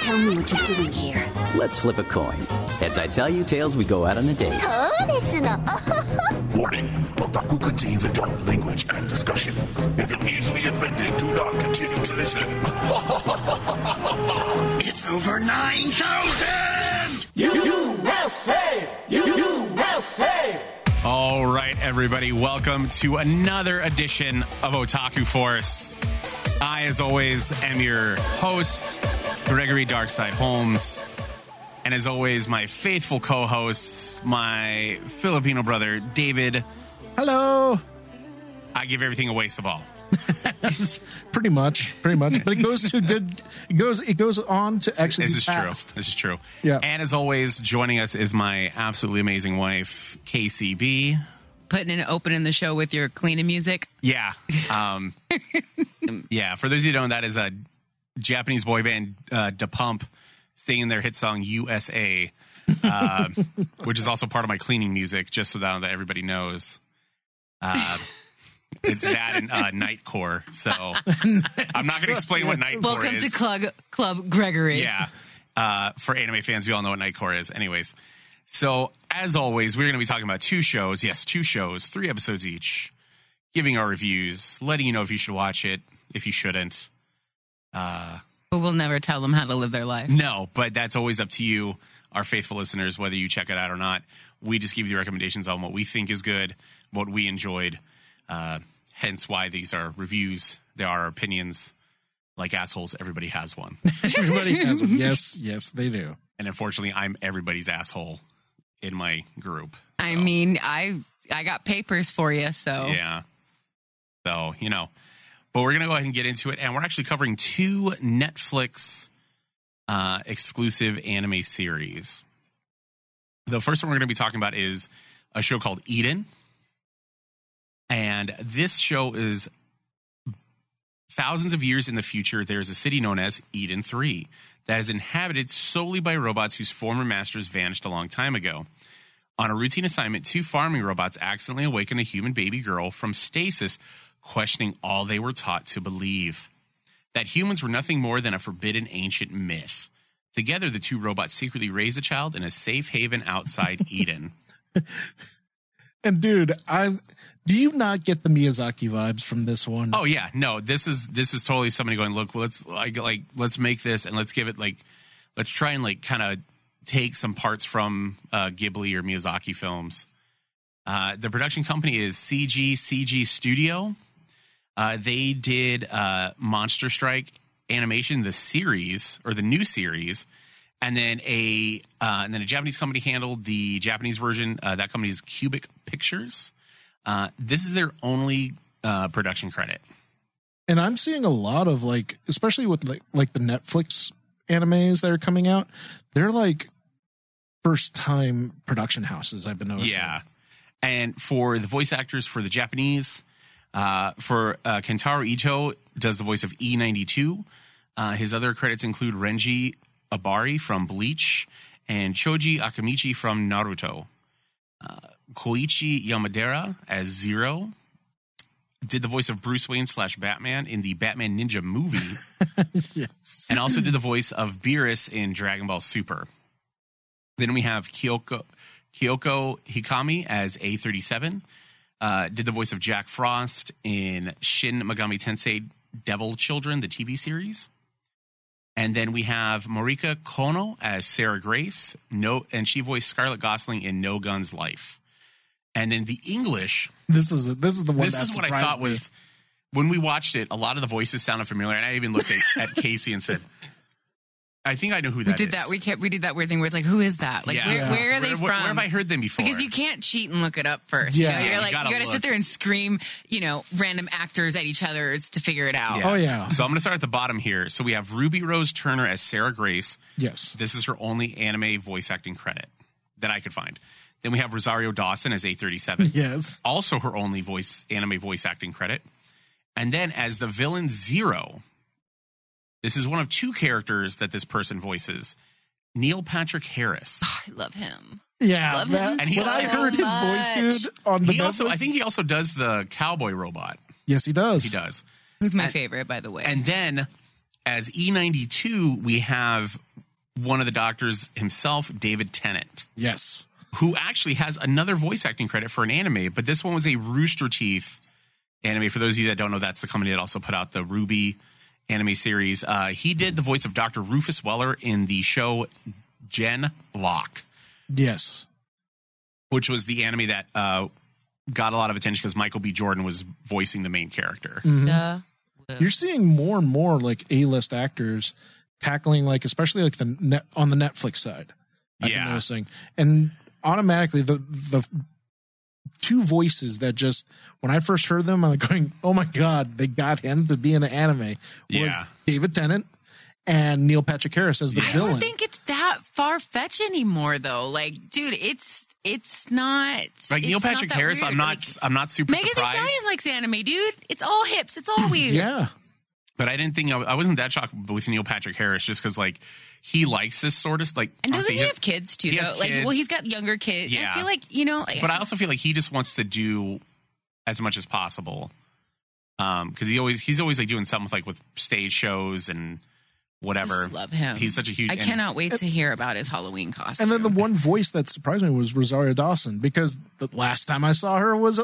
Tell me what you're doing here. Let's flip a coin. Heads I tell you, tails we go out on a date. そうですの。 Warning, otaku contains adult language and discussions. If you're easily offended, do not continue to listen. it's over 9,000! USA! USA! All right, everybody, welcome to another edition of Otaku Force. I, as always, am your host, Gregory Darkside Holmes. And as always, my faithful co host, my Filipino brother, David. Hello. I give everything away, Sabal. Pretty much, pretty much. But it goes to good. It goes. It goes on to actually. This be is fast. true. This is true. Yeah. And as always, joining us is my absolutely amazing wife, KCB. putting an open in the show with your cleaning music. Yeah. Um, yeah. For those of you who don't, know, that is a Japanese boy band, uh, Da Pump, singing their hit song USA, uh, which is also part of my cleaning music, just so that that everybody knows. Uh, it's that and uh, Nightcore. So I'm not going to explain what Nightcore Welcome is. to Club Club Gregory. Yeah. Uh, for anime fans, we all know what Nightcore is. Anyways, so as always, we're going to be talking about two shows. Yes, two shows, three episodes each, giving our reviews, letting you know if you should watch it, if you shouldn't. Uh, But we'll never tell them how to live their life. no, but that's always up to you, our faithful listeners, whether you check it out or not. We just give you the recommendations on what we think is good, what we enjoyed. Uh, hence why these are reviews. They are our opinions. Like assholes, everybody has one. Everybody has one. Yes, yes, they do. and unfortunately i'm everybody's asshole in my group I So, mean, I I got papers for you, so yeah so you know but we're gonna go ahead and get into it and we're actually covering two netflix uh, exclusive anime series the first one we're gonna be talking about is a show called eden and this show is thousands of years in the future there is a city known as eden 3 that is inhabited solely by robots whose former masters vanished a long time ago on a routine assignment, two farming robots accidentally awaken a human baby girl from stasis, questioning all they were taught to believe that humans were nothing more than a forbidden ancient myth. Together, the two robots secretly raise a child in a safe haven outside Eden. And dude, I do you not get the Miyazaki vibes from this one? Oh yeah, no, this is this is totally somebody going, look, let's like like let's make this and let's give it like let's try and like kind of take some parts from uh, Ghibli or Miyazaki films. Uh, the production company is CG CG Studio. Uh, they did uh, Monster Strike animation, the series or the new series, and then a uh, and then a Japanese company handled the Japanese version. Uh, that company is Cubic Pictures. Uh, this is their only uh, production credit. and I'm seeing a lot of like, especially with like like the Netflix animes that are coming out. They're like first time production houses. I've been noticing. Yeah. And for the voice actors for the Japanese, uh, for uh, Kentaro Ito does the voice of E92. Uh, his other credits include Renji Abari from Bleach and Choji Akamichi from Naruto. Uh, Koichi Yamadera as Zero did the voice of Bruce Wayne slash Batman in the Batman Ninja movie Yes. and also did the voice of Beerus in Dragon Ball Super. Then we have Kyoko Kyoko Hikami as A37. Uh, did the voice of Jack Frost in Shin Megami Tensei Devil Children, the TV series. And then we have Marika Kono as Sarah Grace, no, and she voiced Scarlett Gosling in No Guns Life. And then the English This is this is the one. this that is what I surprised thought me. was when we watched it. A lot of the voices sounded familiar, and I even looked at, at Casey and said, "I think I know who we that did is." that. We kept we did that weird thing where it's like, who is that? Like, Yeah. where, Yeah. where are they where, from? Where have I heard them before? because you can't cheat and look it up first. Yeah. you know? Yeah, you're you like gotta you got to look. sit there and scream, you know, random actors at each other's to figure it out. Yes. Oh, yeah. So I'm going to start at the bottom here. So we have Ruby Rose Turner as Sarah Grace. yes. This is her only anime voice acting credit that I could find. Then we have Rosario Dawson as A37. Yes. also her only voice anime voice acting credit. And then as the villain Zero, this is one of two characters that this person voices, Neil Patrick Harris. I love him. Yeah. Love that- him And he when I so heard his voice, much. dude, on the He also, Netflix- I think he also does the cowboy robot. yes, he does. He does. Who's my favorite, by the way? And then as E92, E we have one of the doctors himself, David Tennant, Yes. who actually has another voice acting credit for an anime, but this one was a Rooster Teeth anime. For those of you that don't know, that's the company that also put out the Ruby anime series. Uh, he did the voice of Dr. Rufus Weller in the show Gen Lock, Yes. which was the anime that uh, got a lot of attention because Michael B. Jordan was voicing the main character. Mm, Duh. You're seeing more and more like A-list actors tackling like especially like the net on the Netflix side. I've Yeah. been noticing. And automatically the the two voices that just when I first heard them, I'm like going, Oh my god, they got him to be in an anime was Yeah. David Tennant and Neil Patrick Harris as the I villain. don't think it's that far fetched anymore, though. Like, dude, it's it's not Like Neil it's not Patrick that Harris, weird. I'm not Like, I'm not super Megan Thee surprised. Stallion likes anime, dude. It's all hips. It's all weird. yeah. but I didn't think I, I wasn't that shocked with Neil Patrick Harris just because like he likes this sort of like. And doesn't obviously he have kids too? he Though, has like, well, kids. he's got younger kids. Yeah. I feel like you know. But I also feel like he just wants to do as much as possible because he always he's always like doing something with, like with stage shows and whatever. just love him. He's such a huge. I and- cannot wait to hear about his Halloween costume. And then the one voice that surprised me was Rosario Dawson because the last time I saw her was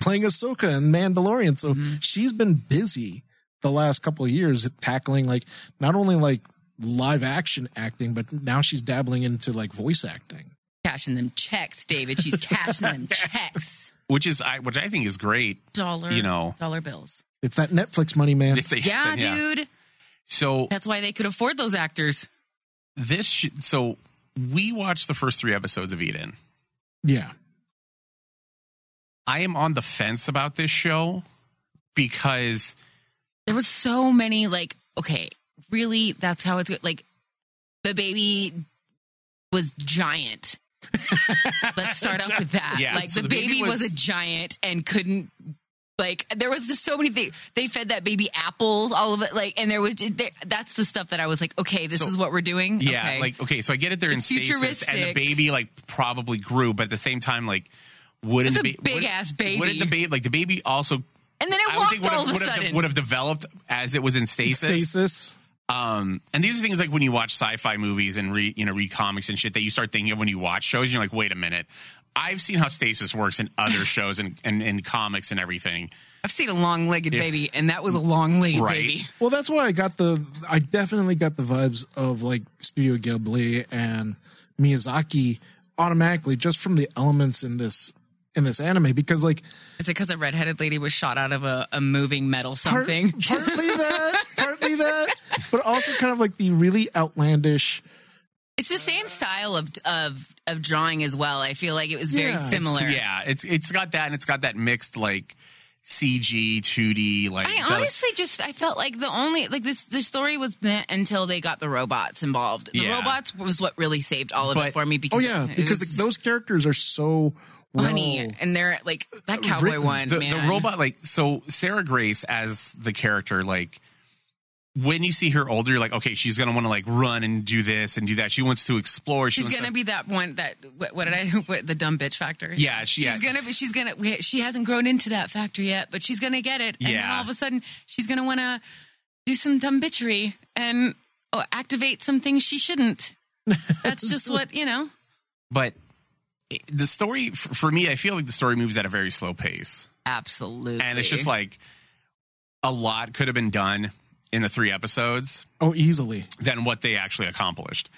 playing Ahsoka in Mandalorian. So she's been busy the last couple of years tackling like not only like live action acting, but now she's dabbling into like voice acting. cashing them checks, David. She's cashing them checks. which is I, which I think is great. Dollar, You know. dollar bills. It's that Netflix money, man. It's a- Yeah, dude. So That's why they could afford those actors. this sh- so we watched the first three episodes of Eden. yeah. I am on the fence about this show because There was so many like, okay, really, that's how it's good. Like, the baby was giant. Let's start off with that. Yeah, like so the, the baby, baby was, was- a giant and couldn't. Like there was just so many things. They fed that baby apples, all of it. Like, and there was there, that's the stuff that I was like, okay, this So- is what we're doing. yeah, okay. like okay, so I get it. They're in It's stasis, and the futuristic. baby like probably grew, but at the same time, like wouldn't It's a the ba- big wouldn't- ass baby. Wouldn't the baby like the baby also? And then it I would walked think would have, all of a would, have, sudden. would have developed as it was in stasis. Stasis. Um, and these are things like when you watch sci-fi movies and read you know read comics and shit that you start thinking of when you watch shows. And you're like, wait a minute, I've seen how stasis works in other shows and and, and comics and everything. I've seen a long legged baby, and that was a long legged Right. baby. Well, that's why I got the. I definitely got the vibes of like Studio Ghibli and Miyazaki automatically just from the elements in this in this anime because like Is it because a redheaded lady was shot out of a, a moving metal part- something? partly that, partly that, but also kind of like the really outlandish. it's the same style of of of drawing as well. I feel like it was very Yeah. similar. Yeah, it's it's got that and it's got that mixed like CG 2D like. I the- honestly just I felt like the only like this the story was meant until they got the robots involved. The Yeah. robots was what really saved all of But- it for me because Oh yeah, it because was like, those characters are so well, funny and they're like that cowboy written. one the, man the robot like so sarah grace as the character like when you see her older you're like okay she's gonna want to like run and do this and do that she wants to explore she She's wants gonna to, be that one that what, what did I what, the dumb bitch factor? Yeah, she- she's yeah. gonna be. She's gonna. we- She hasn't grown into that factor yet, but she's gonna get it. And then Yeah. all of a sudden, she's gonna want to do some dumb bitchery and oh, activate some things she shouldn't. That's just what you know. but it- the story f- for me i feel like the story moves at a very slow pace Absolutely. and it's just like a lot could have been done in the three episodes oh easily. than what they actually accomplished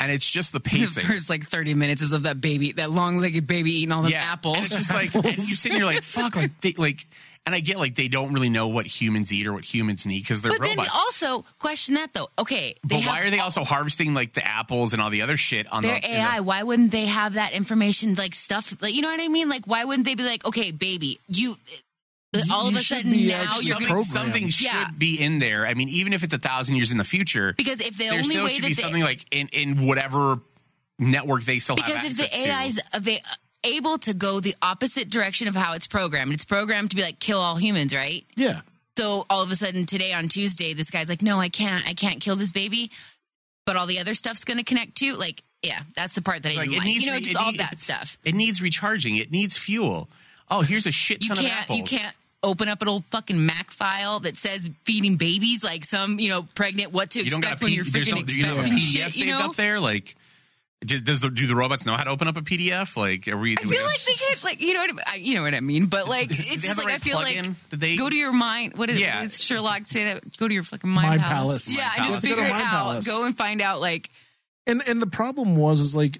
and it's just the the pacing first like thirty minutes is of that baby, that long-legged baby eating all the And it's apples. just like and you sit here like fuck like they like and I get like they don't really know what humans eat or what humans need because they're But robots. then also question that though. Okay, they but have why are they also harvesting like the apples and all the other shit on Their the in the- AI. why wouldn't they have that information, like stuff, like you know what I mean? Like, why wouldn't they be like, okay, baby, you, the- You- all of you a should sudden be now actually you're something, gonna, programmed. something should Yeah. be in there. I mean, even if it's a thousand years in the future, because if the there only still way should be that something they, like in in whatever network they still have. because if the access to. AI is ava- able to go the opposite direction of how it's programmed, it's programmed to be like kill all humans, right? Yeah, So all of a sudden today on Tuesday, this guy's like, no, I can't, I can't kill this baby, but all the other stuff's gonna connect to like. Yeah, that's the part that I Like, didn't it like. needs You know, re- just it all need- that stuff. it needs recharging. It needs fuel. Oh, here's a shit You ton of can't. apples. You can't. open up an old fucking Mac file that says feeding babies, like some, you know, pregnant what to You don't got a expect when P- you're there's freaking no, you don't have a expecting PDF shit, saved you know? up there. Like, d- does the, do the robots know how to open up a PDF? Like, are we? I feel like they could, like, you know what I, I- you know what I mean, but like, it's they have just the like, I right feel plugin? like, Did they- go to your mind. What is, Yeah. yeah. is Sherlock say that? Go to your fucking mind, Mind palace. palace. Yeah, Mind and palace. just Go to figure it mind out. palace. Go and find out, like, And and the problem was is like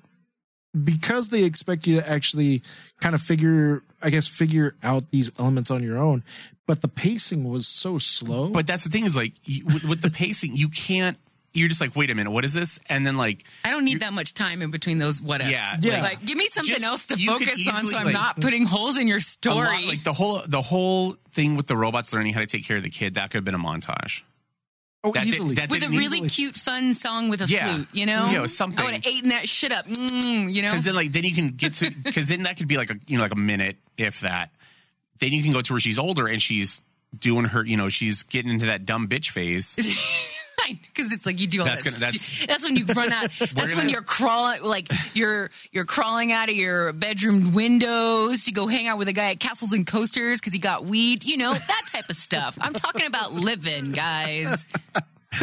because they expect you to actually kind of figure I guess figure out these elements on your own, but the pacing was so slow. But that's the thing is like you, with, with the pacing, you can't. You're just like, wait a minute, what is this? And then like, I don't need that much time in between those what ifs. Yeah, Yeah. Like, give me something Just- else to you could focus on easily, so I'm like, not putting holes in your a story. lot- like the whole the whole thing with the robots learning how to take care of the kid that could have been a montage. oh, that did- easily. that with a didn't need- really cute, fun song with a Yeah. flute, you know? Yeah, something. I would have eaten that shit up, mm, you know? Because then like then you can get to because then that could be like a you know like a minute if that. Then you can go to where she's older and she's doing her you know she's getting into that dumb bitch phase. Because it's like you do all That's that. gonna- that's- stu- that's when you run out. that's when gonna- you're crawling, like you're you're crawling out of your bedroom windows to go hang out with a guy at Castles and Coasters because he got weed. You know that type of stuff. I'm talking about living, guys.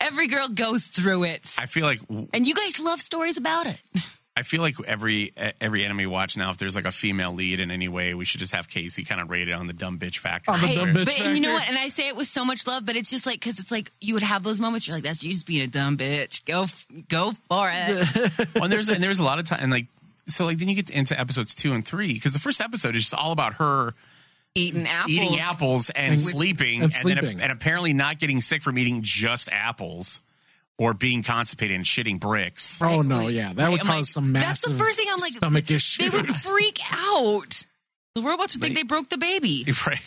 Every girl goes through it, I feel like and you guys love stories about it. I feel like every e, every anime we watch now, if there's like a female lead in any way, we should just have Casey kind of rate it on the dumb bitch factor. On the I- dumb bitch but and you know factor. what? And I say it with so much love, but it's just like because it's like you would have those moments. You're like, that's you just being a dumb bitch. Go, f- go for it. and there's and there's a lot of time and like so like then you get into episodes two and three because the first episode is just all about her Eating apples. eating apples and, And- sleeping and then sleeping. and apparently not getting sick from eating just apples or being constipated and shitting bricks. Oh no, Like, yeah, that would I'm cause like, some massive that's the first thing I'm like, stomach They issues. would freak out. The robots would Like- think they broke the baby. Right.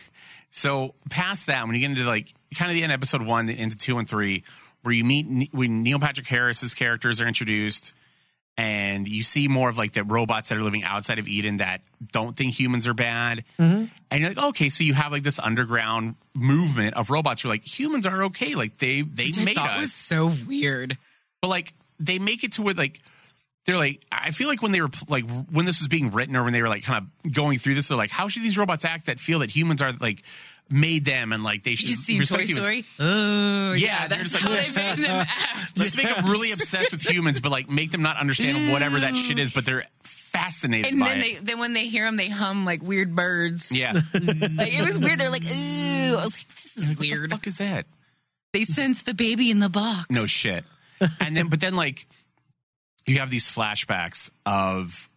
So past that, when you get into like kind of the end of episode one into two and three, where you meet Ne- when Neil Patrick Harris's characters are introduced, and you see more of like the robots that are living outside of Eden that don't think humans are bad, Mm-hmm. and you're like, okay, so you have like this underground movement of robots who are like humans are okay, like they they I made thought us, was so weird. but like they make it to where like. They're like, I feel like when they were like when this was being written or when they were like kind of going through this, they're like, how should these robots act that feel that humans are like made them and like they should You seen respect Toy humans? Story? Oh, Yeah, they're that's just like, how "Let's- they made them act. Let's make them really obsessed with humans, but like make them not understand whatever that shit is, but they're fascinated And by then it. they, then when they hear them, they hum like weird birds. yeah, What Like it was weird. They're like, ooh. I was like, this is the weird. fuck is that? They sense the baby in the box. No shit. And then, but then, like, you have these flashbacks of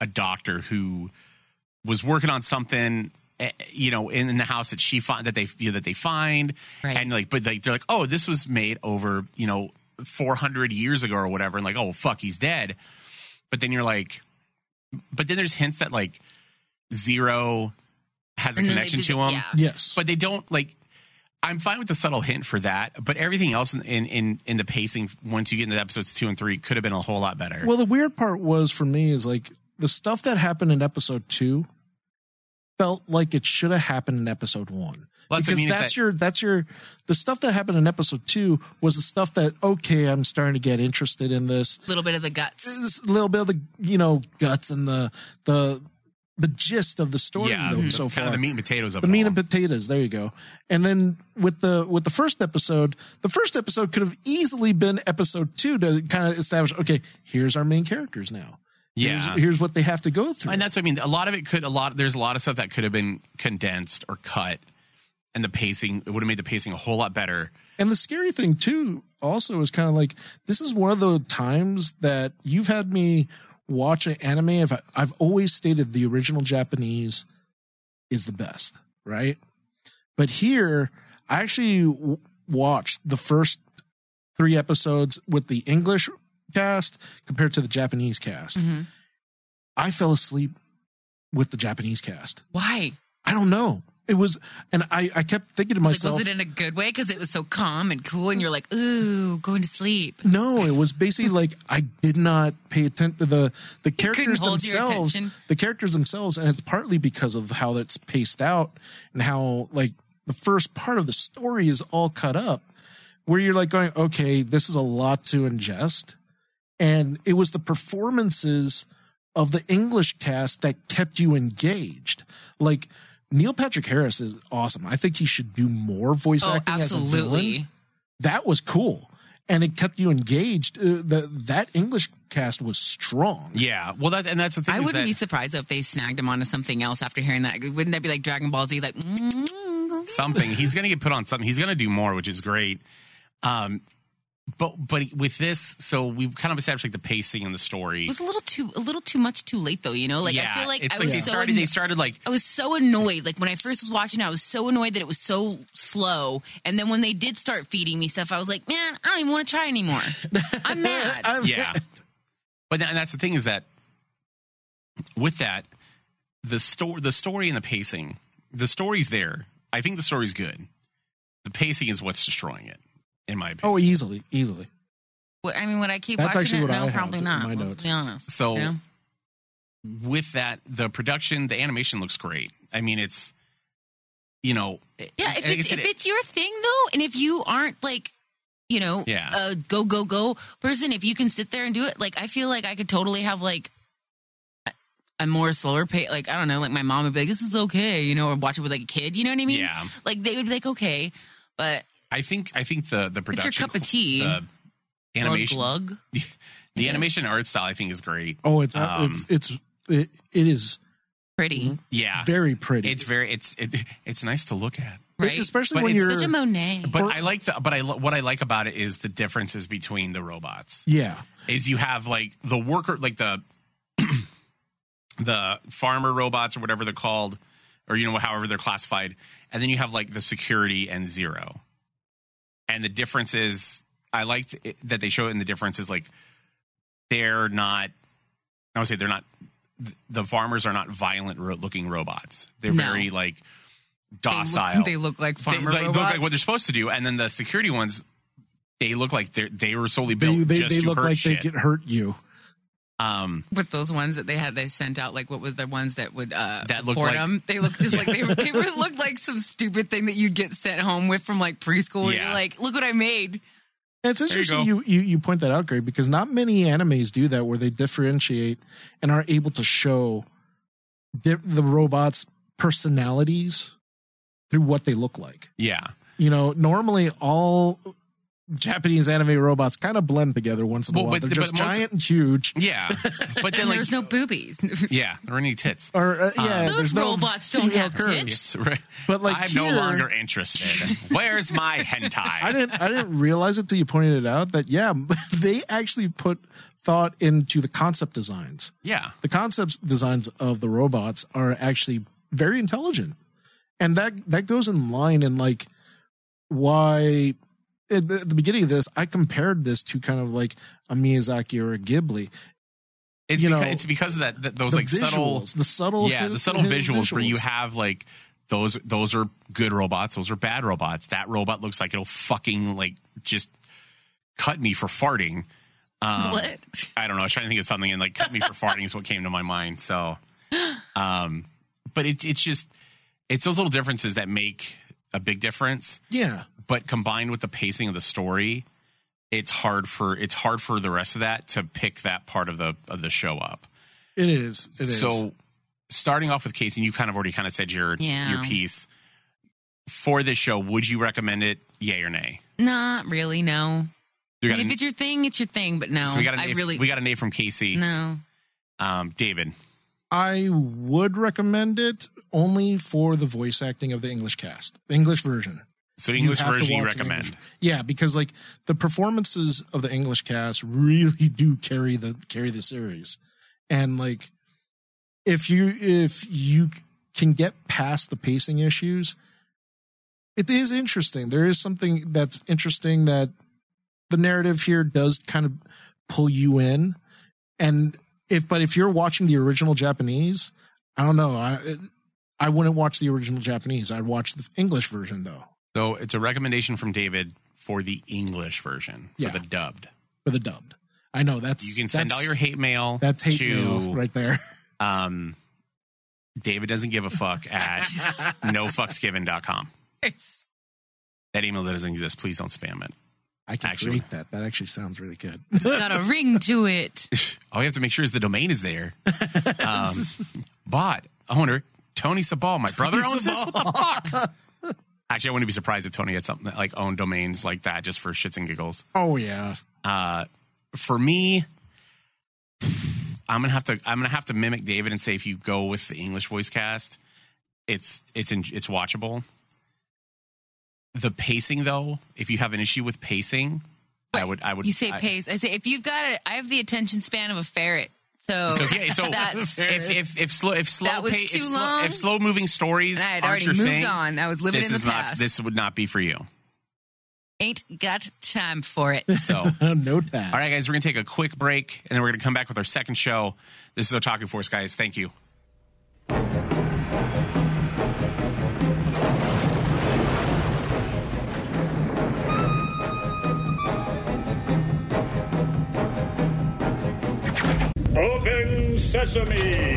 a doctor who was working on something, eh, you know, in, in the house that she find that they you know, that they find, Right. and like, but like they're like, oh, this was made over, you know, four hundred years ago or whatever, and like, oh fuck, he's dead. But then you're like, but then there's hints that like zero has a And then they connection did to the- him yeah. yes, but they don't like i'm fine with the subtle hint for that but everything else in in in, in the pacing once you get into episodes two and three could have been a whole lot better Well, the weird part was for me is like the stuff that happened in episode two felt like it should have happened in episode one. Well, that's because what I mean, is that's that- your that's your the stuff that happened in episode two was the stuff that okay, I'm starting to get interested in this. little bit of the guts. This little bit of the you know guts and the the the gist of the story yeah though, the- so kind far of the meat and potatoes of the it meat all. and potatoes there you go and then with the with the first episode the first episode could have easily been episode two to kind of establish okay here's our main characters now Yeah. here's, here's what they have to go through and that's what i mean a lot of it could a lot there's a lot of stuff that could have been condensed or cut and the pacing it would have made the pacing a whole lot better and the scary thing too also is kind of like this is one of the times that you've had me watch an anime if I, i've always stated the original japanese is the best right but here i actually w- watched the first three episodes with the English cast compared to the Japanese cast. Mm-hmm. I fell asleep with the Japanese cast. Why? I don't know. It was, and I, I kept thinking to Like, myself, was it in a good way? Because it was so calm and cool, and you're like, ooh, going to sleep. no, it was basically like I did not pay attention to the the characters hold your themselves. attention. The characters themselves, and it's partly because of how it's paced out and how like the first part of the story is all cut up, where you're like going, okay, this is a lot to ingest. and it was the performances of the English cast that kept you engaged. Like Neil Patrick Harris is awesome. I think he should do more voice Oh, acting. As a villain. absolutely. That was cool. And it kept you engaged. Uh, the, that English cast was strong. Yeah. Well, that and that's the thing. I is wouldn't that- be surprised if they snagged him onto something else after hearing that. Wouldn't that be like Dragon Ball Z? Like, mm, something. He's going to get put on something. He's going to do more, which is great. Um, but but with this, so we've kind of established like the pacing and the story. it was a little too, a little too much too late though. You know, like yeah, I feel like it's I like was they so started. anno- they started like I was so annoyed. Like when I first was watching, it, I was so annoyed that it was so slow. And then when they did start feeding me stuff, I was like, man, I don't even want to try anymore. I'm mad. I'm- yeah. But tha- and that's the thing is that with that the story, the story and the pacing, the story's there. I think the story's good. The pacing is what's destroying it, in my opinion. Oh, easily, easily. Well, I mean, would I keep That's watching actually it? what I No, have probably in not. my Let's notes. be honest. So- you know? With that, the production, the animation looks great. I mean, it's you know, yeah, if like I it's said, if it's your thing though, and if you aren't like, you know, Yeah. a go go go person, if you can sit there and do it, like I feel like I could totally have like a- a more slower pace. Like I don't know, like my mom would be like, "This is okay," you know, or watch it with like a kid. You know what I mean? Yeah. Like they would be like, "Okay," but I think I think the the it's production your cup of tea. the animation Glug glug. the animation art style I think is great. Oh, it's Um, it's it's it, it is Pretty, Yeah. very pretty. It's very it's it, it's nice to look at. right? Especially But when it's you're Such a Monet. But I like the but I lo- what I like about it is the differences between the robots. yeah. Is you have like the worker like the the farmer robots or whatever they're called or you know however they're classified and then you have like the security and zero. And the difference is I liked it, that they show it in the difference is like they're not I would say they're not th- the farmers are not violent ro- looking robots. They're No. very like They look- docile They look like they, farmer like, look robots. like what they're supposed to do, and then the security ones, they look like they they were solely They built they, just they to look hurt like shit. they get hurt you. um, with those ones that they had they sent out like what were the ones that would uh That looked report like- 'em? they looked just like they, were- they were, looked like some stupid thing that you'd get sent home with from like preschool where Yeah. you're like look what i made And it's you interesting go. you, you, you point that out, Greg, because not many animes do that where they differentiate and are able to show di- the robots' personalities through what they look like. yeah, You know, normally all Japanese anime robots kind of blend together once in a Well, while. but- They're but just most- giant and huge. yeah. But then and like Um, there's no boobies yeah, there are any tits. Or uh, yeah, those there's no robots don't female have curves. tits. Yes, right. But, like, I'm no here- longer interested. Where's my hentai? I didn't I didn't realize it till you pointed it out that yeah, they actually put thought into the concept designs. Yeah, the concept designs of the robots are actually very intelligent and that that goes in line in like why at the, at the beginning of this i compared this to kind of like a miyazaki or a ghibli it's You because, know, it's because of that, that those the like subtle visuals, the subtle yeah, hidden- the subtle hidden visuals, where you visuals. have like those those are good robots, those are bad robots. That robot looks like it'll fucking like just cut me for farting. Um, What? I don't know. I was trying to think of something, and like cut me for farting is what came to my mind. So, um, but it, it's just it's those little differences that make a big difference. yeah But combined with the pacing of the story, it's hard for it's hard for the rest of that to pick that part of the of the show up. it is it is So, starting off with Casey, and you kind of already kind of said your Yeah. your piece for this show. Would you recommend it? Yay or nay? not really no We I got mean, an- if it's your thing it's your thing but no so we got a i nay, really we got a nay from Casey. no Um, David, i would recommend it only for the voice acting of the english cast the english version so You English have to version you watch an recommend? English- Yeah, because like the performances of the English cast really do carry the carry the series, and like if you if you can get past the pacing issues, it is interesting. There is something that's interesting that the narrative here does kind of pull you in, and if but if you're watching the original Japanese, I don't know. I I wouldn't watch the original Japanese. I'd watch the English version though. So it's a recommendation from David for the English version, for Yeah. the dubbed. for the dubbed. I know that's You can send that's- all your hate mail. that's hate to, mail right there. Um, David doesn't give a fuck at nofucksgiven.com. it's That email that doesn't exist. Please don't spam it. I can Actually- create that. That actually sounds really good. got a ring to it All you have to make sure is the domain is there. Um, but I wonder Tony Sabal, my brother owns this. Sabal. What the fuck? Actually, I wouldn't be surprised if Tony had something that, like owned domains like that just for shits and giggles. Oh yeah. Uh, for me, I'm gonna have to I'm gonna have to mimic David and say if you go with the English voice cast, it's it's in, it's watchable. The pacing though, if you have an issue with pacing, I would I would You say I- pace. I say if you've got it, I have the attention span of a ferret. So, So yeah, so that's. And if if if slow if slow That was pa- too if, slow, long. if slow moving stories I had aren't already your moved thing, on. I was living this in the is past. not this would not be for you. Ain't got time for it. So all no time. right, guys, we're gonna take a quick break and then we're gonna come back with our second show. This is Otaku Force, guys. Thank you. Open Sesame!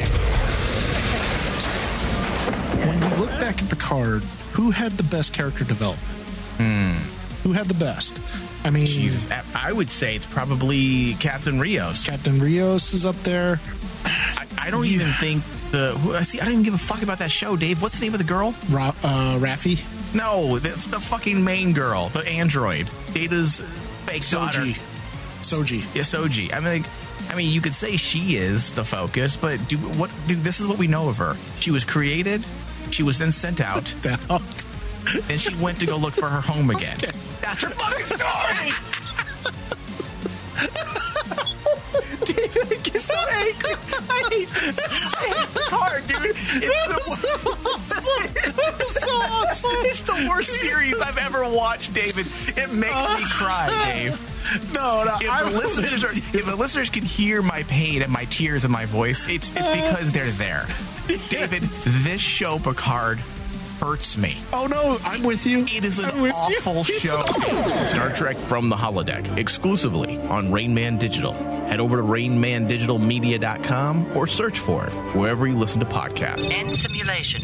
When you look back at Picard, who had the best character development? Hmm. Who had the best? I mean, Jesus, I would say it's probably Captain Rios. Captain Rios is up there. I, I don't even think the. who- I see. I don't even give a fuck about that show, Dave. What's the name of the girl? Ra- uh, Raffi. No, the, the fucking main girl, the android, Data's fake daughter. Soji. Soji. Yeah, Soji. I mean, like, I mean, you could say she is the focus, but do what? Dude, this is what we know of her. She was created. She was then sent out. That out. then she went to go look for her home again. That's her fucking story. Dude, I get so angry. I hate this. I hate this card, dude. It's the, it's the worst series I've ever watched, David. It makes me cry, Dave. Uh, No, no. If I the listeners are, if the listeners can hear my pain and my tears in my voice, it's, it's Uh. because they're there. David, this show Picard hurts me. oh no, I'm with you. It is an I'm with you. awful It's show. Star Trek from the Holodeck, exclusively on Rainman Digital. Head over to rainmandigitalmedia.com or search for it wherever you listen to podcasts. End simulation.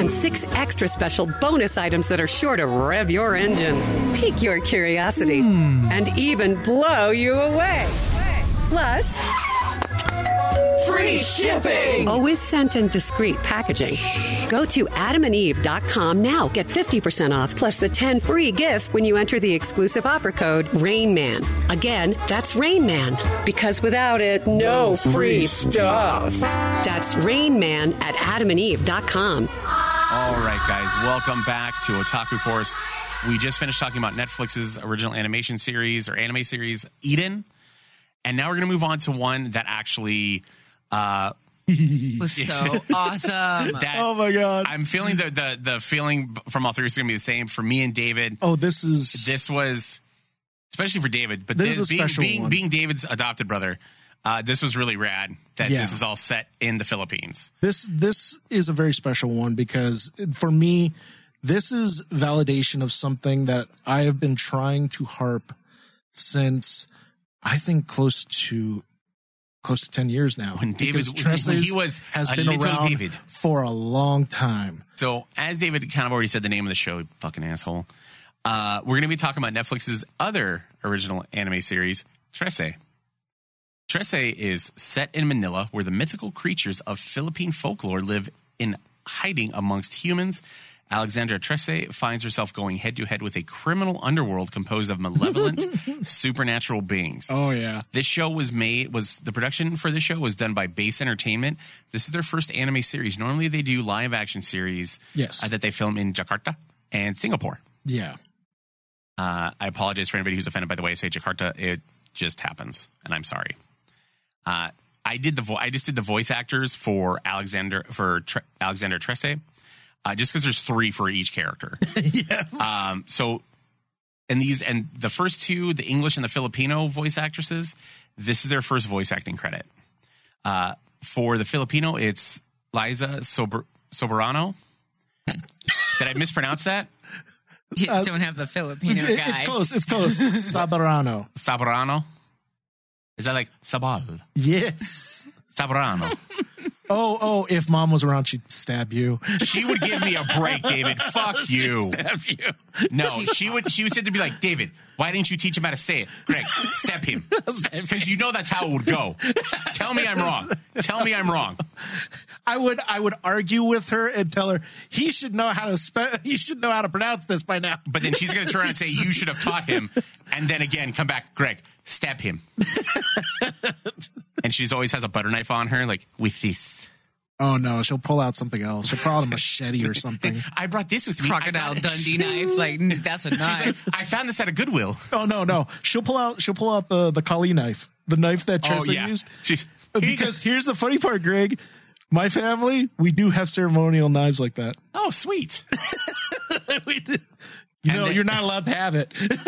six extra special bonus items that are sure to rev your engine, pique your curiosity, and even blow you away. Plus, free shipping! Always sent in discreet packaging. Go to adamandeve.com now. Get 50% off plus the 10 free gifts when you enter the exclusive offer code RAINMAN. Again, that's RAINMAN. Because without it, no free stuff. That's RAINMAN at adamandeve.com. All right, guys, welcome back to Otaku Force. We just finished talking about Netflix's original animation series or anime series, Eden. And now we're going to move on to one that actually, uh, was so awesome. that Oh my god. I'm feeling the, the, the feeling from all three is going to be the same for me and David. oh, this is This was, especially for David, but This thi- is a being, special being, one. being David's adopted brother, uh, this was really rad that Yeah. this is all set in the Philippines. this this is a very special one because for me this is validation of something that i have been trying to harp since i think close to close to 10 years now When David- Because when he- when he Tressler's was has a been little around David. for a long time So, as David kind of already said the name of the show, you fucking asshole, uh, we're going to be talking about Netflix's other original anime series, Trece. Trece is set in Manila, where the mythical creatures of Philippine folklore live in hiding amongst humans. Alexandra Trece finds herself going head to head with a criminal underworld composed of malevolent supernatural beings. oh yeah This show was made was the production for this show was done by Base Entertainment. This is their first anime series. Normally they do live action series Yes. uh, that they film in Jakarta and Singapore. yeah Uh, I apologize for anybody who's offended by the way I say Jakarta. It just happens, and I'm sorry. Uh, I did the vo- I just did the voice actors for Alexander for Tre- Alexander Tresse, uh, just because there's three for each character. yes Um, so, and these and the first two, the English and the Filipino voice actresses, this is their first voice acting credit. Uh, for the Filipino, it's Liza Sober- Soberano. Did I mispronounce that? You Uh, don't have the Filipino It- guy. it's close. It's close. Sabarano. Sabrano. Is that like Sabal? Yes. Sabrano. Oh, oh, if mom was around, she'd stab you. She would give me a break, David. Fuck you. No, she would. She would sit there and be like, David, why didn't you teach him how to say it? Greg, step him, because you know that's how it would go. Tell me I'm wrong. Tell me I'm wrong. I would I would argue with her and tell her he should know how to spe- he should know how to pronounce this by now. But then she's going to turn around and say, you should have taught him. And then again, come back, Greg, stab him. and she's always has a butter knife on her, like with this. Oh no, she'll pull out something else. She'll pull out a machete or something. I brought this with me. Crocodile I got it." Dundee knife. Like, mm, that's a She's like, knife. I found this at a Goodwill. Oh no, no. She'll pull out she'll pull out the the Kali knife. The knife that Tressa used. Uh, She's, Because here's the funny part, Greg. My family, we do have ceremonial knives like that. oh, sweet. we do. You And know, they- you're not allowed to have it.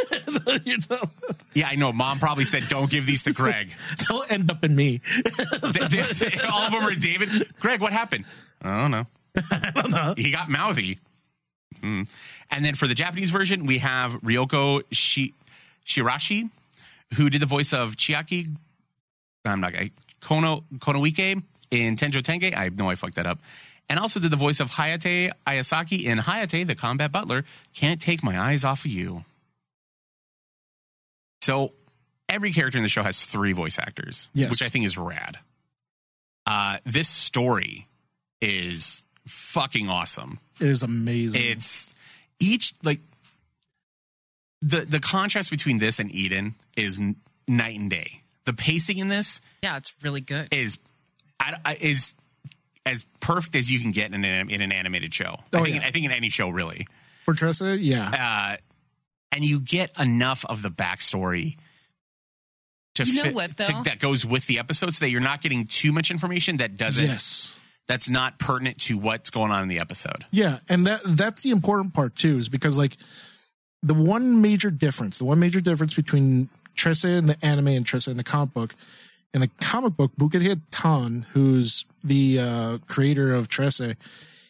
You know, Yeah, I know. Mom probably said, "Don't give these to Greg." they'll end up in me. They- they- they- all of them are David. Greg, what happened? I don't know. He got mouthy. Hmm. And then for the Japanese version, we have Ryoko Shi- Shirashi, who did the voice of Chiaki. I'm not I, Kono Konoike in Tenjo Tenge. I know I fucked that up. And also did the voice of Hayate Ayasaki in Hayate, the combat butler. Can't take my eyes off of you. So every character in the show has three voice actors, Yes. which I think is rad. Uh, this story is fucking awesome. It is amazing. It's each like the the contrast between this and Eden is n- night and day. The pacing in this Yeah, it's really good. is I, I- is as perfect as you can get in an in an animated show. I Oh, think yeah. I think in any show really. For Tressa, yeah. Uh, and you get enough of the backstory to You know fit- what, to- though? that goes with the episode, so that you're not getting too much information that doesn't Yes. that's not pertinent to what's going on in the episode. Yeah, and that that's the important part too, is because like the one major difference, the one major difference between Tressa and the anime and Tressa in the comic book, in the comic book, Bukit Tan, who's the uh, creator of Tressa,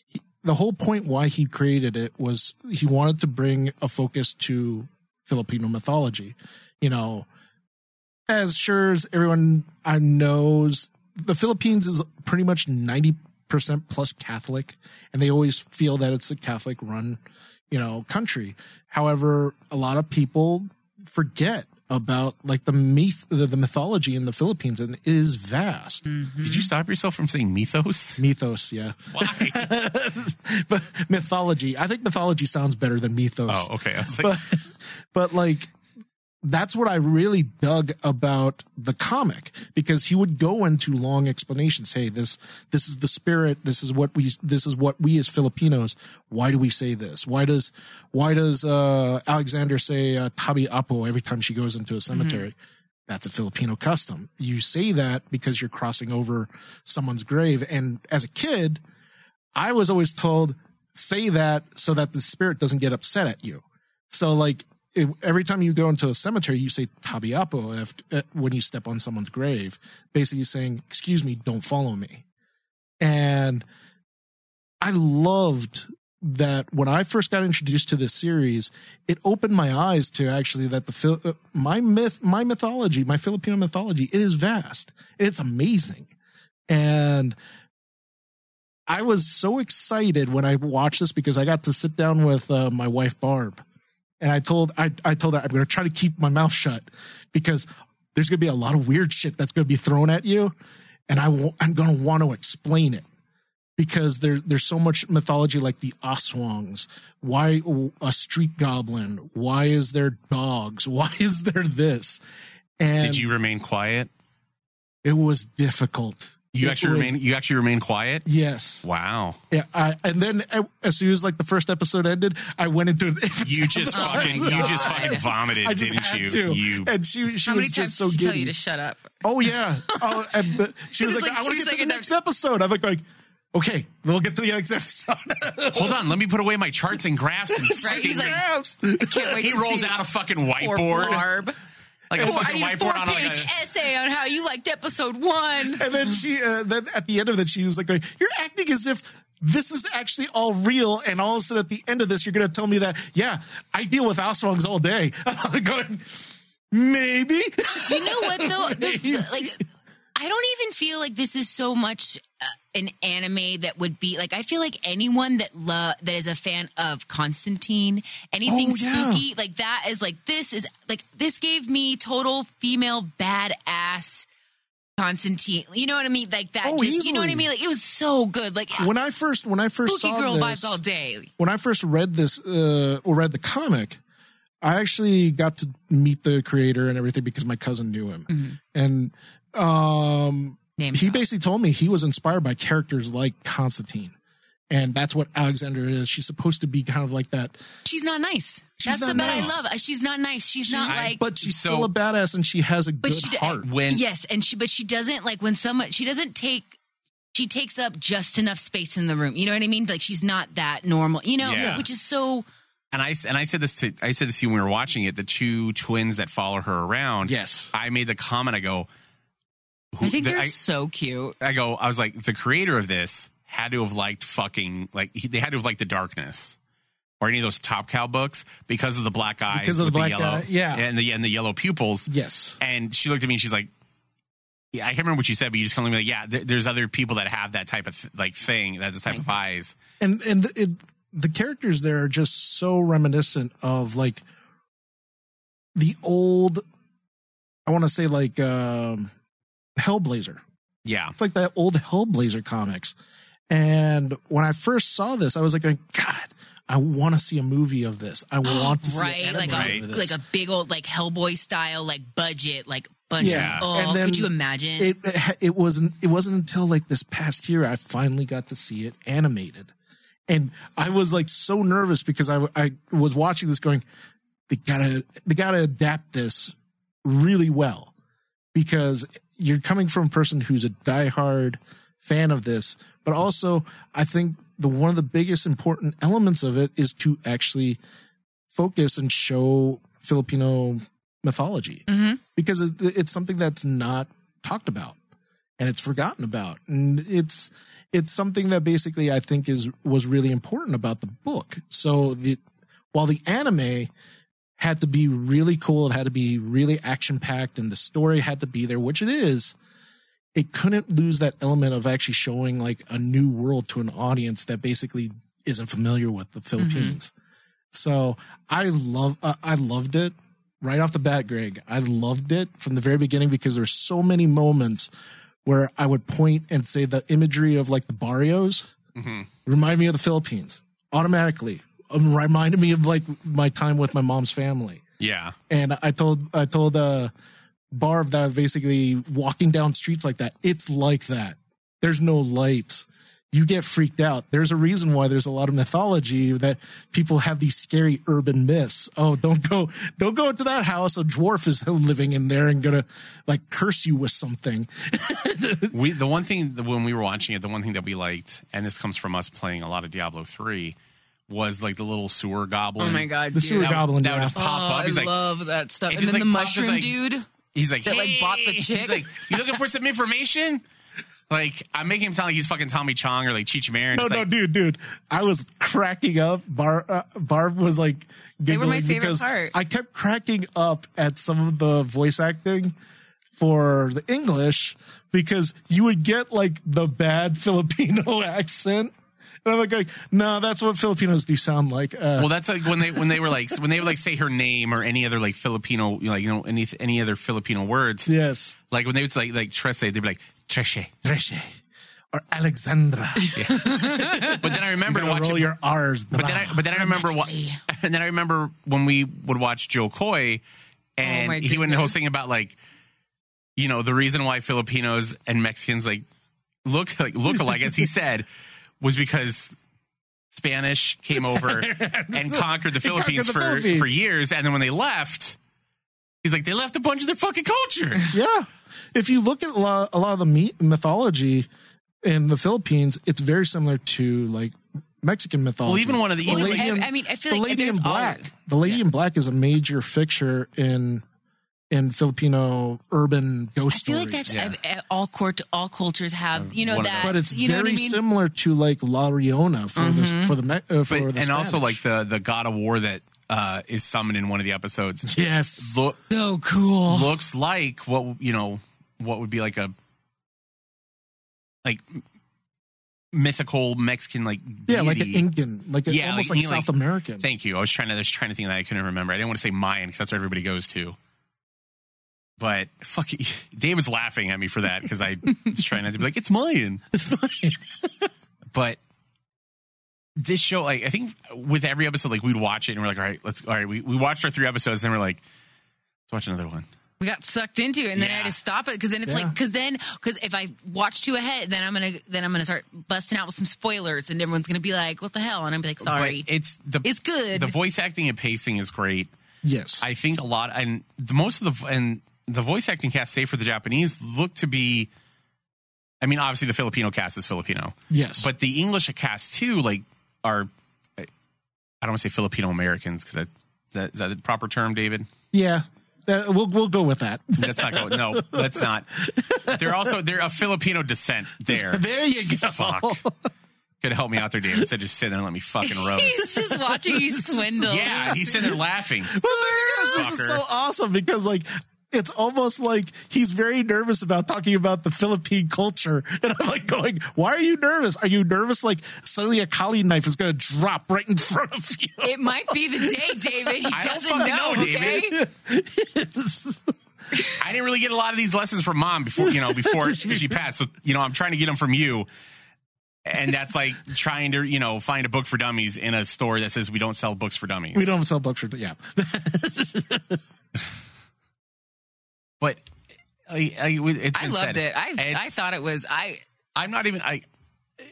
he- the whole point why he created it was he wanted to bring a focus to Filipino mythology. You know, as sure as everyone I knows, the Philippines is pretty much ninety percent plus Catholic, and they always feel that it's a Catholic run, you know, country. However, a lot of people forget about like the myth, the, the mythology in the Philippines, and it is vast Mm-hmm. Did you stop yourself from saying mythos? mythos. Yeah, Why? but mythology. I think mythology sounds better than mythos. Oh, okay. I was like, but but like that's what I really dug about the comic because he would go into long explanations. Hey, this this is the spirit. This is what we this is what we as Filipinos. Why do we say this? Why does why does uh, Alexander say uh, "tabi apo" every time she goes into a cemetery? That's a Filipino custom. You say that because you're crossing over someone's grave. And as a kid, I was always told say that so that the spirit doesn't get upset at you. So like it, every time you go into a cemetery, you say tabiapo if, uh, when you step on someone's grave, basically saying, "Excuse me, don't follow me." And I loved that when I first got introduced to this series, it opened my eyes to actually that the Phil- uh, my myth, my mythology, my Filipino mythology, it is vast. It's amazing, and I was so excited when I watched this because I got to sit down with uh, my wife Barb, and I told I, I told her I'm going to try to keep my mouth shut because there's going to be a lot of weird shit that's going to be thrown at you, and I will, I'm going to want to explain it because there there's so much mythology like the Aswangs. Why a street goblin? Why is there dogs? Why is there this? And did you remain quiet? it was difficult. You It actually was- remain. You actually remain quiet. Yes. Wow. Yeah, I, and then uh, as soon as like the first episode ended, I went into an You just Oh my fucking. You just God. fucking vomited, I just didn't had you? to. You. and she she How many was times just so did she tell you giddy. to shut up? oh yeah. Oh, and the, she was It's like, like I want to two get to the seconds next episode. I'm like, like, okay, we'll get to the next episode. Hold on. Let me put away my charts and graphs. And Right? fucking, He's like, Perhaps. can't wait he to rolls see out a fucking poor whiteboard, Barb. like a Or I fucking need a whiteboard on like four-page a. essay on how you liked episode one. and then she uh, then at the end of it, she was like, going, "You're acting as if." this is actually all real. And all of a sudden, at the end of this, you're going to tell me that, yeah, I deal with Oswald's all day. I'm going, maybe. You know what though? The- the- like, I don't even feel like this is so much uh, an anime that would be like. I feel like anyone that love that is a fan of Constantine, anything Oh, yeah. spooky like that is like this is like this gave me total female badass Constantine. You know what I mean? Like that. Oh, just, you know what I easily. mean? Like it was so good. Like when I first, when I first spooky saw girl this, vibes all day. when I first read this uh, or read the comic, I actually got to meet the creator and everything because my cousin knew him, Mm-hmm. and um, Name he drop. basically told me he was inspired by characters like Constantine, and that's what Alexander is. She's supposed to be kind of like that, She's not nice. She's That's the not bit nice. I love. Uh, She's not nice. She's not I- like. but she's So- still a badass and she has a but good she d- heart. When yes and she but she doesn't like when someone she doesn't take she takes up just enough space in the room you know what i mean like she's not that normal you know Yeah. which is so and I and I said this to I said this to you when we were watching it. The two twins that follow her around. Yes. I made the comment. I go. Who, i think the- they're so cute I go, I was like, the creator of this had to have liked fucking like he, they had to have liked the darkness or any of those Top Cow books because of the black eyes, Because of the black with yellow, eye, yeah. and the and the yellow pupils. Yes, And she looked at me and she's like, yeah, I can't remember what she said, but you just kind of looked at me like, yeah, there, there's other people that have that type of th- like thing, that type of eyes. and and the, it, the characters there are just so reminiscent of like the old. I want to say like um, Hellblazer. Yeah, It's like that old Hellblazer comics. And when I first saw this, I was like, going, God, I want to see a movie of this. I want to see right an like a anime of this. like a big old like hellboy style like budget like bunch Yeah. of oh And then could you imagine it, it it wasn't it wasn't until like this past year I finally got to see it animated, and I was like so nervous because I I was watching this going, they gotta they gotta adapt this really well because you're coming from a person who's a diehard fan of this, but also I think the one of the biggest important elements of it is to actually focus and show Filipino mythology because it, it's something that's not talked about and it's forgotten about and it's it's something that basically I think is was really important about the book. So the while the anime had to be really cool, it had to be really action packed, and the story had to be there, which it is. It couldn't lose that element of actually showing like a new world to an audience that basically isn't familiar with the Philippines. So I love, uh, I loved it right off the bat, Greg. I loved it from the very beginning because there's so many moments where I would point and say the imagery of like the barrios remind me of the Philippines automatically. Um, reminded me of like my time with my mom's family. yeah, And I told I told uh Barb that basically walking down streets like that, it's like that. There's no lights. You get freaked out. There's a reason why there's a lot of mythology that people have these scary urban myths. Oh, don't go, don't go into that house. A dwarf is living in there and gonna like curse you with something. we the one thing that when we were watching it, the one thing that we liked, and this comes from us playing a lot of Diablo three, was like the little sewer goblin. oh my god The sewer dude. goblin. that would yeah. just Oh, pop up. i He's like, love that stuff It and just, then like, the pops up, mushroom like- dude He's like, That, like, "Hey." bought the He's chick? like, you looking for some information? Like, I'm making him sound like he's fucking Tommy Chong or like Cheech Marin. No, It's Oh, no, like, dude, dude. I was cracking up. Barb, uh, Barb was like giggling were my favorite because part. I kept cracking up at some of the voice acting for the English because you would get like the bad Filipino accent. And I'm like, like, no, that's what Filipinos do sound like. Uh, Well, that's like when they when they were like when they would like say her name or any other like Filipino, you know, like you know any any other Filipino words. yes. Like when they would say like Tresse, they'd be like Treshe. Treshe or Alexandra. But then I remember Gotta roll watching. your R's. but then I but then I remember what. And then I remember when we would watch Joe Coy, and my he went the whole goodness. thing about like, you know, the reason why Filipinos and Mexicans like look like look alike, as he said, was because Spanish came over and conquered the Philippines the for Philippines. for years, and then when they left, he's like they left a bunch of their fucking culture. Yeah. If you look at a lot, a lot of the me- mythology in the Philippines, it's very similar to like Mexican mythology. well, even one of the Well, even, it's like, ev- I mean, I feel the like Lady in there's all- Black. The Lady in Black is a major fixture in in Filipino urban ghost I feel stories. like that's uh, all court, all cultures have you know One of that them. but it's you know very what I mean. Mm-hmm. similar to like La Riona for the for the Me- uh, for But, the and also like Spanish. the the god of war that uh, is summoned in one of the episodes. yes, Look, so Oh. cool. looks like what you know what would be like a like mythical Mexican like yeah, like an deity. Incan, like a, Yeah, almost like- like, you know, South like- American. Thank you. I was trying to. I was trying to think that I couldn't remember. I didn't want to say Mayan because that's where everybody goes to. But fuck, it. David's laughing at me for that because I was trying not to be like it's Mayan. It's funny. But this show, like I think with every episode, like we'd watch it and we're like, all right, let's all right. We we watched our three episodes and then we're like, let's watch another one. we got sucked into it and then i had Yeah. to stop it because then it's Yeah. like because then because if i watch two ahead then i'm gonna then i'm gonna start busting out with some spoilers and everyone's gonna be like what the hell and i'm like sorry But it's the It's good. The voice acting and pacing is great. yes, I think a lot and the, most of the and the voice acting cast, save for the Japanese, look to be. I mean, obviously the Filipino cast is Filipino, yes, but the English cast too, like are. I don't want to say Filipino Americans because that, that is that the proper term, David. yeah, Uh, we'll we'll go with that. That's not going. No, that's not. They're also they're of Filipino descent. There, There you go. fuck. Could help me out there, David. Instead, of just sit there and let me fucking roast. he's just watching you swindle Yeah, he's sitting there laughing. Well, there you go. This is so Fucker. awesome because like it's almost like he's very nervous about talking about the Philippine culture, and I'm like going, "Why are you nervous? Are you nervous? Like suddenly a collie knife is going to drop right in front of you." it might be the day david he I don't doesn't fucking know, know, David. okay I didn't really get a lot of these lessons from mom before, you know, before she passed. So, you know, I'm trying to get them from you. And that's like trying to, you know, find a book for dummies in a store that says we don't sell books for dummies. we don't sell books for yeah. But I, I, it's i been said. loved it i i It's- thought it was i I'm not even. I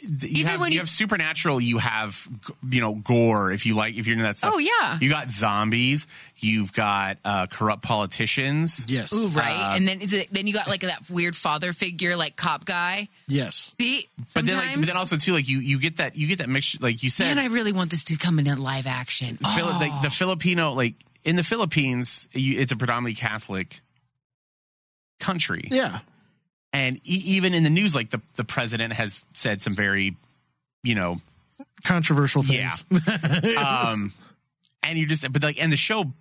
you Even have, when you you- have supernatural, you have you know gore if you like if you're into that stuff. Oh, yeah. you got zombies. You've got uh, corrupt politicians. Yes. ooh Uh, right and then is it, then you got like that weird father figure like cop guy Yes. see But then, sometimes like, but then also too, like you you get that you get that mixture. Like you said, man i really want this to come into live action Phil- Oh. like the Filipino, like in the Philippines, you, it's a predominantly Catholic country, Yeah. and e- even in the news, like the the president has said some very, you know, Controversial things. um, and you're just but like and the show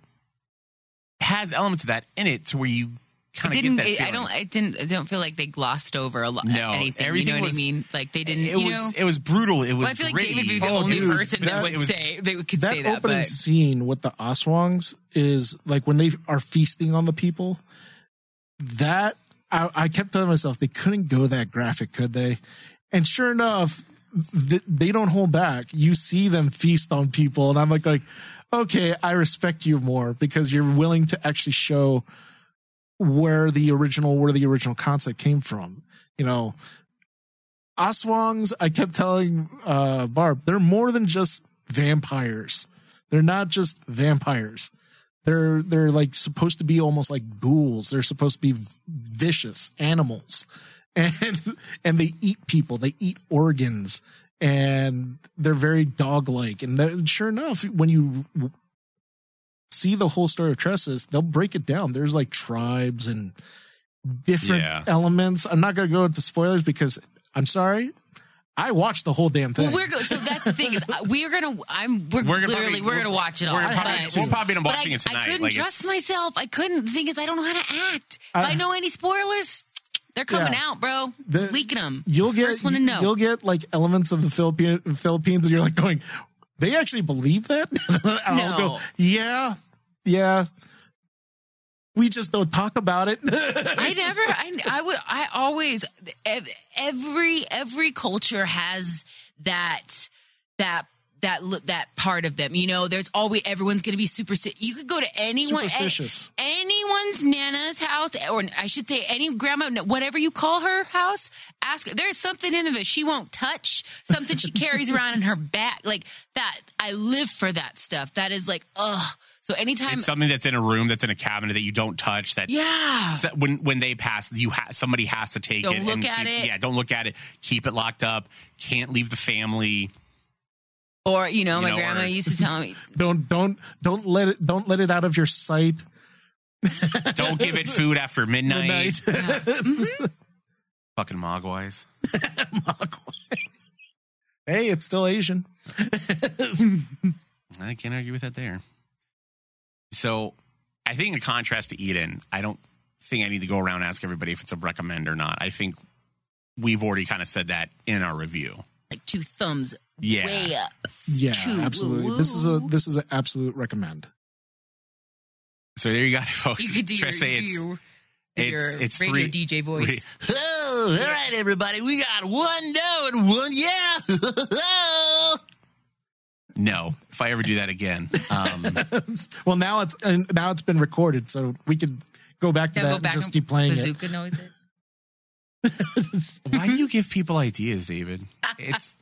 has elements of that in it to where you It kind of get didn't. that. It, I feeling. don't. I didn't. I don't feel like they glossed over a lot. No, anything. everything you know was- what I mean? Like they didn't. It you was know. it was brutal. It was. well, I feel like David would be the gritty. Oh, only dude, person that that- would it was- say they would- could that say that. opening But scene with the Oswangs is like when they are feasting on the people. That I, I kept telling myself they couldn't go that graphic, could they? And sure enough, th- they don't hold back. You see them feast on people, and I'm like, like, okay, I respect you more because you're willing to actually show where the original where the original concept came from. You know, Oswangs, I kept telling uh, Barb, they're more than just vampires. They're not just vampires. They're they're like supposed to be almost like ghouls. They're supposed to be v- vicious animals, and and they eat people. They eat organs, and they're very dog like. And they're- sure enough, when you w- see the whole story of Tresses, they'll break it down. There's like tribes and different Yeah. elements. I'm not gonna go into spoilers because I'm sorry. I watched the whole damn thing. well, we're go- so that's the thing is uh, we are gonna. I'm. We're, We're gonna literally probably- we're gonna watch it all. We're probably, but, we're probably gonna but watching I, it tonight. I couldn't like, trust it's- myself. I couldn't. The thing is, I don't know how to act. If I Uh, know any spoilers, they're coming yeah. out, bro. The- Leaking them. You'll get First one to know. You'll get like elements of the Philippine, Philippines, and you're like going, "They actually believe that?" And I'll No. go, "Yeah, yeah." We just don't talk about it. I never. I, I would. I always. ev- Every every culture has that that that lo- that part of them. You know, there's always everyone's going to be super. You could go to anyone, Superstitious. a- anyone's nana's house, or I should say, any grandma, whatever you call her house. Ask. her. There's something in there that she won't touch. Something she carries around in her back, like that. I live for that stuff. That is like, ugh. So anytime, It's something that's in a room, that's in a cabinet that you don't touch. That yeah. So when when they pass, you ha- somebody has to take Don't it. look and at keep, it. Yeah, don't look at it. Keep it locked up. Can't leave the family. Or you know, You my know, grandma or- used to tell me. don't don't don't let it don't let it out of your sight. Don't give it food after midnight. Midnight. Mm-hmm. Fucking mogwais. hey, it's still Asian. I can't argue with that there. So I think in contrast to Eden, I don't think I need to go around and ask everybody if it's a recommend or not. I think we've already kind of said that in our review. Like two thumbs Yeah. way up. Yeah, True. absolutely. This is a this is an absolute recommend. So there you got it, folks. You could do your, Trish, say you do it's- your, it's- your it's radio three- DJ voice. Wait. Oh, all right, everybody. We got one no and one yeah. No, if I ever do that again. Um, Well, now it's and now it's been recorded, so we could go back to Now that go and back just and keep playing it. bazooka noises. why do you give people ideas, David? It's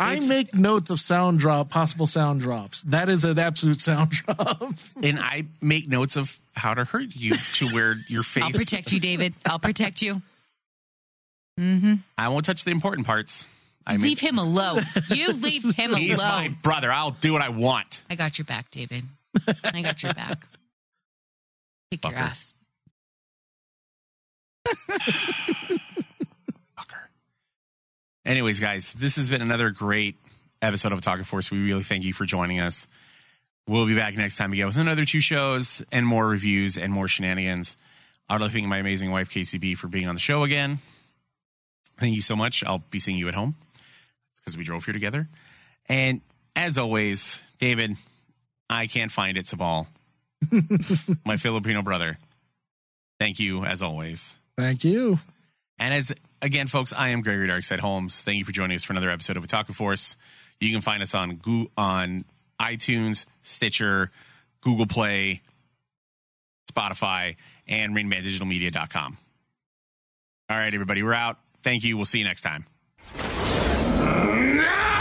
I It's- make notes of sound drop, possible sound drops. That is an absolute sound drop. and I make notes of how to hurt you to where your face. I'll protect you, David. I'll protect you. Mm-hmm. I won't touch the important parts. I mean, leave him alone. You leave him he's my alone. brother. I'll do what I want. I got your back, David. I got your back. Kick Fucker. your ass. Fucker. Anyways, guys, this has been another great episode of Talking Force. We really thank you for joining us. We'll be back next time again with another two shows and more reviews and more shenanigans. I'd like to thank my amazing wife, KCB, for being on the show again. Thank you so much. I'll be seeing you at home. It's because we drove here together. And as always, David, I can't find it, Saval, my Filipino brother. Thank you, as always. Thank you. And as again, folks, I am Gregory Darkside Holmes. Thank you for joining us for another episode of Otaku Force. You can find us on Goo- on iTunes, Stitcher, Google Play, Spotify, and RainmanDigitalMedia.com. All right, everybody, we're out. Thank you. We'll see you next time. Now!